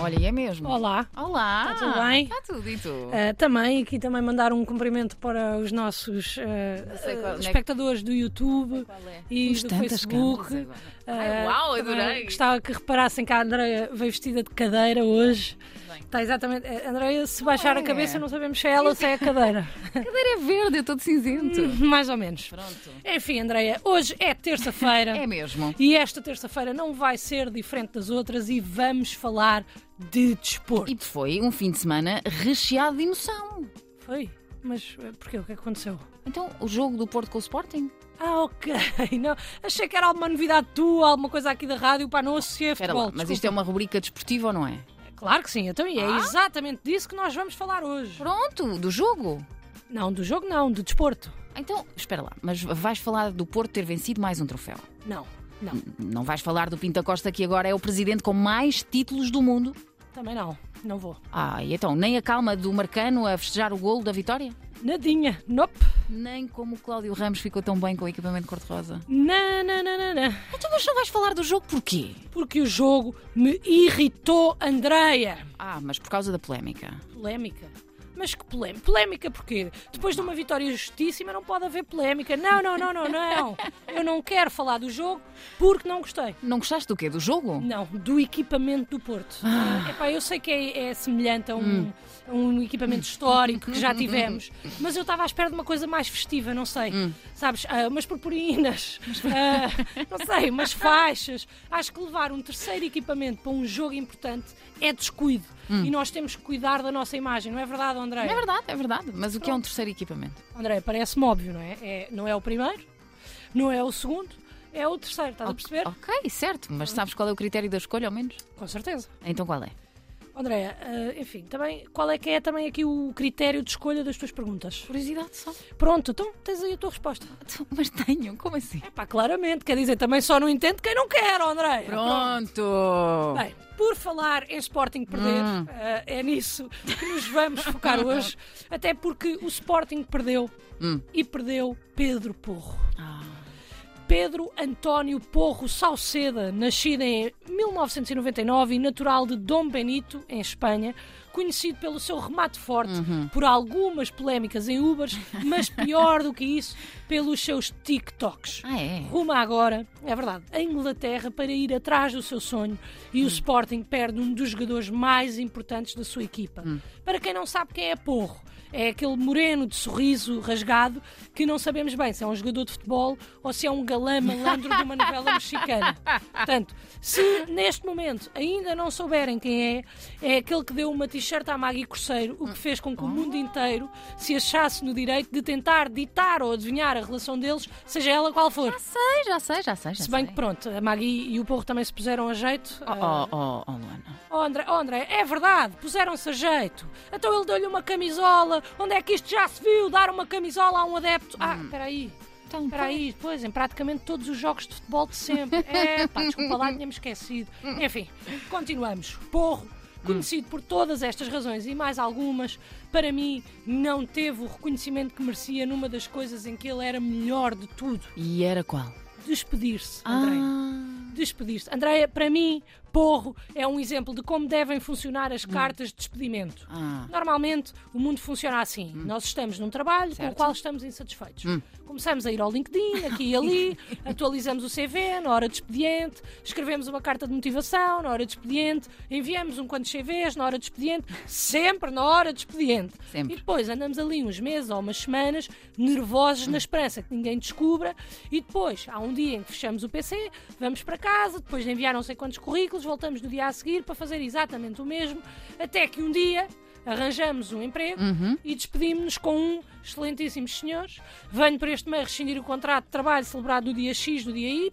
Olha, e é mesmo. Olá. Olá. Está tudo bem? Está tudo, e tu? Ah, também, aqui também mandar um cumprimento para os nossos ah, sei qual- ah, onde é que- espectadores do YouTube Qual é? e Temos do tantas Facebook. camas agora. Ai, Ah, uau, também adorei. Gostava que reparassem que a Andreia veio vestida de cadeira hoje. Bem. Está exatamente. eh, Andreia, se baixar é. a cabeça, não sabemos se é ela ou se é a cadeira. A cadeira é verde, eu estou de cinzento. Mais ou menos. Pronto. Enfim, Andreia, hoje é terça-feira. É mesmo. E esta terça-feira não vai ser diferente das outras e vamos falar de desporto. E foi um fim de semana recheado de emoção. Foi? Mas eh, porquê? O que é que aconteceu? Então, o jogo do Porto com o Sporting? Ah, ok. Não, achei que era alguma novidade tua, alguma coisa aqui da rádio, pá, não associei a Espera futebol. lá, mas isto é uma rubrica desportiva ou não é? desculpa. Claro que sim, então e é Ah? exatamente disso que nós vamos falar hoje. Pronto, do jogo. Não, do jogo não, do desporto. Então, espera lá, mas vais falar do Porto ter vencido mais um troféu? Não, não, Não vais falar do Pinta Costa, que agora é o presidente com mais títulos do mundo? também não, não vou. Ah, e então, nem a calma do Marcano a festejar o golo da vitória? Nadinha, nope. Nem como o Cláudio Ramos ficou tão bem com o equipamento cor-de-rosa. Na, na, na, na, na. Então, mas não vais falar do jogo porquê? Porque o jogo me irritou, Andreia. Ah, mas por causa da polémica. Polémica. Mas que polémica? Polémica porquê? Depois de uma vitória justíssima não pode haver polémica. Não, não, não, não, não. Eu não quero falar do jogo porque não gostei. Não gostaste do quê? Do jogo? Não, do equipamento do Porto. Ah. Eh, epá, eu sei que é, é semelhante a um, Hum. a um equipamento histórico que já tivemos, mas eu estava à espera de uma coisa mais festiva, não sei. Hum. Sabes, ah, umas purpurinas, ah, não sei, umas faixas. Acho que levar um terceiro equipamento para um jogo importante é descuido. E nós temos que cuidar da nossa imagem, não é verdade, André? Hum. É verdade, é verdade. Mas o que é um terceiro equipamento? André, parece-me óbvio, não é? É- Não é o primeiro, não é o segundo, é o terceiro, estás a perceber? Ok, certo, mas sabes qual é o critério da escolha, ao menos? Com certeza. Então qual é? Andréa, eh, enfim, também, qual é que é também aqui o critério de escolha das tuas perguntas? Curiosidade só. Pronto, então tens aí a tua resposta. Mas tenho, como assim? Epá, claramente, quer dizer, também só não entendo quem não quer, Andréa. Pronto! Bem, por falar em Sporting perder, eh, é nisso que nos vamos focar hoje, até porque o Sporting perdeu Hum. e perdeu Pedro Porro. Ah, Pedro António Porro Salceda, nascido em 1999 e natural de Dom Benito, em Espanha, conhecido pelo seu remate forte, por algumas polémicas em Ubers, mas pior do que isso, pelos seus TikToks. ah, é? Ruma agora, é verdade, a Inglaterra para ir atrás do seu sonho e o Sporting perde um dos jogadores mais importantes da sua equipa. Para quem não sabe quem é Porro, é aquele moreno de sorriso rasgado que não sabemos bem se é um jogador de futebol ou se é um galã malandro de uma novela mexicana. Portanto, se neste momento ainda não souberem quem é, é aquele que deu uma t-shirt à Maggie Corseiro, o que fez com que o mundo inteiro se achasse no direito de tentar ditar ou adivinhar a relação deles, seja ela qual for. Sei, já sei, já sei. Já Se bem sei. que pronto, a Magui e o Porro também se puseram a jeito. Oh, oh, oh, oh, Luana. Oh, André, oh, André, é verdade, puseram-se a jeito. Então ele deu-lhe uma camisola. Onde é que isto já se viu? Dar uma camisola a um adepto. Ah, Hum. espera aí. Então, Espera aí, pois, em praticamente todos os jogos de futebol de sempre. É, pá, desculpa lá, tinha-me esquecido. Enfim, continuamos. Porro, Hum. conhecido por todas estas razões e mais algumas, para mim não teve o reconhecimento que merecia numa das coisas em que ele era melhor de tudo. E era qual? Despedir-se, André Ah, despediste. Andréia, para mim, Porro é um exemplo de como devem funcionar as cartas de despedimento. ah, Normalmente, o mundo funciona assim. Nós estamos num trabalho com Certo. o qual estamos insatisfeitos. Começamos a ir ao LinkedIn, aqui e ali, atualizamos o CV na hora de expediente, escrevemos uma carta de motivação na hora de expediente, enviamos um quantos CVs na hora de expediente, sempre na hora de expediente. Sempre. E depois andamos ali uns meses ou umas semanas nervosos na esperança que ninguém descubra e depois há um dia em que fechamos o PC, vamos para casa, depois de enviar não sei quantos currículos, voltamos no dia a seguir para fazer exatamente o mesmo, até que um dia arranjamos um emprego e despedimos-nos com um excelentíssimos senhores, venho por este meio rescindir o contrato de trabalho celebrado no dia X, no dia Y,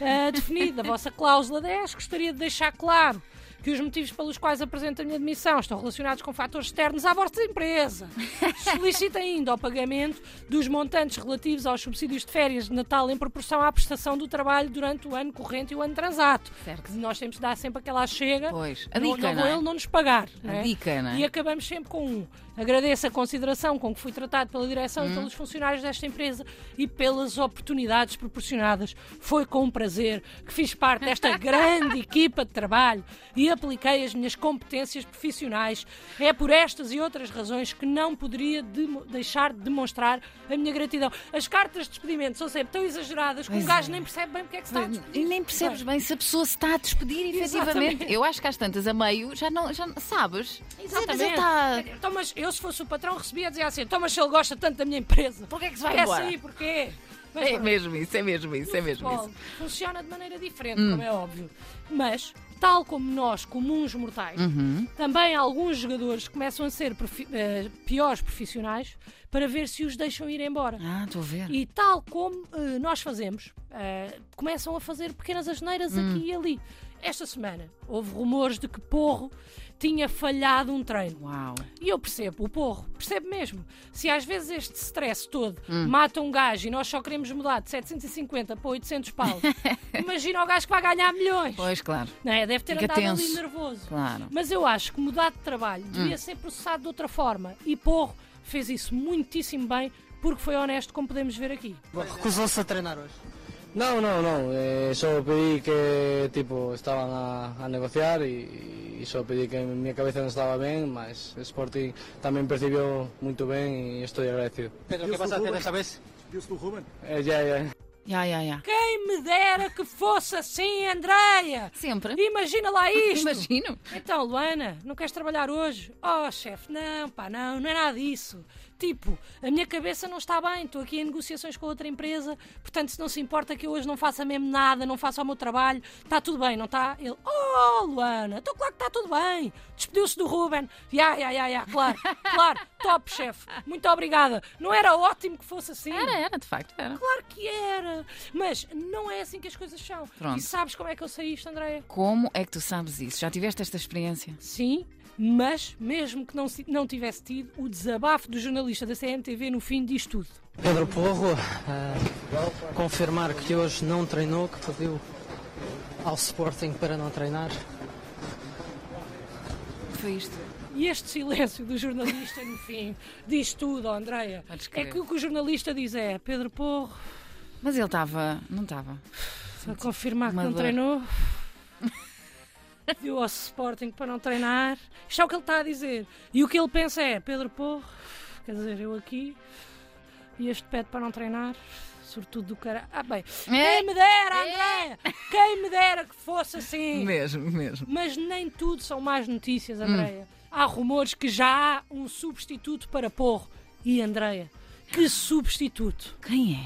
ah, definido a vossa cláusula 10, gostaria de deixar claro que os motivos pelos quais apresento a minha demissão estão relacionados com fatores externos à vossa empresa. Solicita ainda o pagamento dos montantes relativos aos subsídios de férias de Natal em proporção à prestação do trabalho durante o ano corrente e o ano transato. Certo. Que nós temos de dar sempre aquela chega. Pois, a não, dica, não, vão não é? ele não nos pagar. A não é? dica, não é? E acabamos sempre com um. Agradeço a consideração com que fui tratado pela direção Hum. e pelos funcionários desta empresa e pelas oportunidades proporcionadas. Foi com um prazer que fiz parte desta grande equipa de trabalho e apliquei as minhas competências profissionais. É por estas e outras razões que não poderia demo- deixar de demonstrar a minha gratidão. As cartas de despedimento são sempre tão exageradas que o Pois gajo nem percebe bem porque é que se está a E despedir. nem percebes bem se a pessoa se está a despedir, efetivamente. Exatamente. Eu acho que às tantas a meio já não. Já, sabes? Mas ele tá- Exatamente. está. Então, mas eu, se fosse o patrão, recebia a dizer assim: então, mas se ele gosta tanto da minha empresa, Porquê é que se vai quer embora? sair, porquê? Mas É pronto. mesmo isso, é mesmo isso, é mesmo futebol isso. Hum. funciona de maneira diferente, como é óbvio. Mas, tal como nós, comuns mortais, Uhum. também alguns jogadores começam a ser profi- eh, piores profissionais para ver se os deixam ir embora. Ah, estou a ver. E tal como eh, nós fazemos, eh, começam a fazer pequenas asneiras Hum. aqui e ali. Esta semana houve rumores de que Porro tinha falhado um treino. Uau. E eu percebo, o porro, percebo mesmo. Se às vezes este stress todo Hum. mata um gajo e nós só queremos mudar de 750 para 800 pau, imagina o gajo que vai ganhar milhões. Pois, claro, Não é? Deve ter Fica andado ali tenso. Hum. nervoso. claro. Mas eu acho que mudar de trabalho devia ser processado de outra forma. E Porro fez isso muitíssimo bem, porque foi honesto, como podemos ver aqui. Recusou-se a treinar hoje. No, no, no. eh, solo pedí que, tipo, estaban a, a negociar y, y solo pedí que mi cabeza no estaba bien, mas Sporting también percibió muy bien y estoy agradecido. Pedro, ¿qué vas a hacer esta vez? Eh, ya, ya. Ya, ya, ya. Quem me dera que fosse assim, Andreia! Sempre. Imagina lá isto! Imagino. Então, Luana, não queres trabalhar hoje? Oh, chefe, não, pá, não, não é nada disso. Tipo, a minha cabeça não está bem, estou aqui em negociações com outra empresa, portanto, se não se importa que eu hoje não faça mesmo nada, não faça o meu trabalho, está tudo bem, não está? Ele, oh, Luana, estou claro que está tudo bem. Despediu-se do Ruben. Ya, ya, ya, ya, claro, claro, top, chefe, muito obrigada. Não era ótimo que fosse assim? Era, era, de facto, era. Claro que era, mas não é assim que as coisas são. Pronto. E sabes como é que eu sei isto, Andréia? Como é que tu sabes isso? Já tiveste esta experiência? Sim, mas mesmo que não, se- não tivesse tido o desabafo do jornalista da CMTV no fim disto tudo. Pedro Porro a confirmar que hoje não treinou, que pediu ao Sporting para não treinar. Foi isto. E este silêncio do jornalista no fim diz tudo, oh Andreia. Podes É crer. que o que o jornalista diz é: Pedro Porro, Mas ele estava. Não estava. a confirmar que uma não dor. treinou. Deu ao Sporting para não treinar. Isto é o que ele está a dizer. E o que ele pensa é: Pedro Porro, quer dizer, eu aqui e este pede para não treinar. Sobretudo do cara. Ah, bem. Quem me dera, André! Quem me dera que fosse assim! Mesmo, mesmo. Mas nem tudo são más notícias, Andreia. Há rumores que já há um substituto para Porro. E Andreia, que substituto? Quem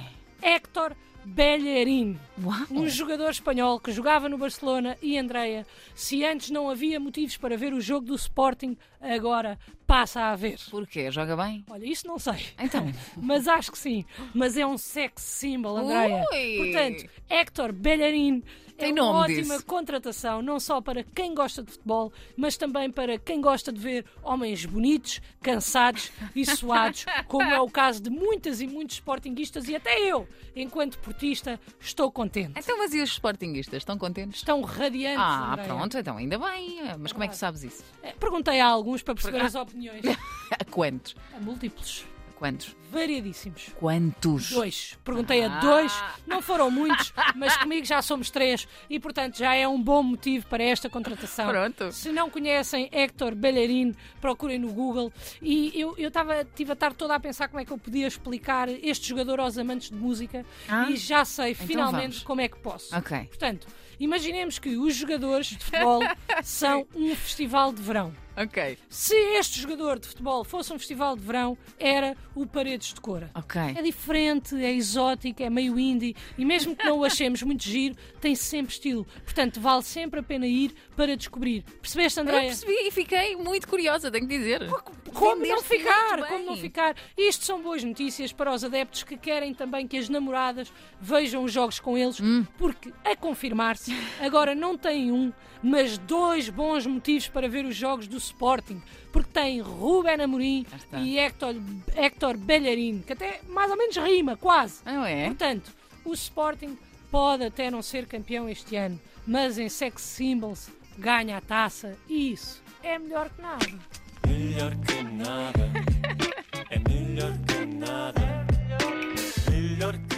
é? Héctor Bellerin, Uau! um jogador espanhol que jogava no Barcelona e Andreia, se antes não havia motivos para ver o jogo do Sporting, agora passa a haver. Porquê? Joga bem? Olha, isso não sei. Então. Mas acho que sim. Mas é um sex symbol, Andréia. Ui! Portanto, Héctor Bellerin Tem é uma nome ótima disso. contratação, não só para quem gosta de futebol, mas também para quem gosta de ver homens bonitos, cansados e suados, como é o caso de muitas e muitos sportinguistas e até eu, enquanto portista, estou contente. Então, mas e os sportinguistas? Estão contentes? Estão radiantes, Ah, Andreia. pronto, então ainda bem. Mas como é que tu sabes isso? Eh, Perguntei a alguns para perceber as opiniões. A quantos? A múltiplos, A quantos? variadíssimos. Quantos? Dois. Perguntei a Ah. dois, não foram muitos, mas comigo já somos três e, portanto, já é um bom motivo para esta contratação. Pronto. Se não conhecem Héctor Bellerin, procurem no Google. E eu, eu tava, tive a tarde toda a pensar como é que eu podia explicar este jogador aos amantes de música Ah. e já sei finalmente vamos. como é que posso. Ok. Portanto, imaginemos que os jogadores de futebol são um festival de verão. Ok. Se este jogador de futebol fosse um festival de verão, era o Paredes de Cora. Ok. É diferente, é exótico, é meio indie e mesmo que não o achemos muito giro, tem sempre estilo. Portanto, vale sempre a pena ir para descobrir. Percebeste, Eu Andréia? percebi e fiquei muito curiosa, tenho que dizer. Como não Entendeste muito ficar? bem. Como não ficar? Isto são boas notícias para os adeptos que querem também que as namoradas vejam os jogos com eles, Hum. porque, a confirmar-se, agora não têm um, mas dois bons motivos para ver os jogos do Sporting, porque têm Ruben Amorim Cá está. e Héctor, Héctor Bellerin, que até mais ou menos rima, quase. Não é? Portanto, o Sporting pode até não ser campeão este ano, mas em sex symbols ganha a taça e isso é melhor que nada. Hey, melhor que nada. É melhor que nada. Melhor que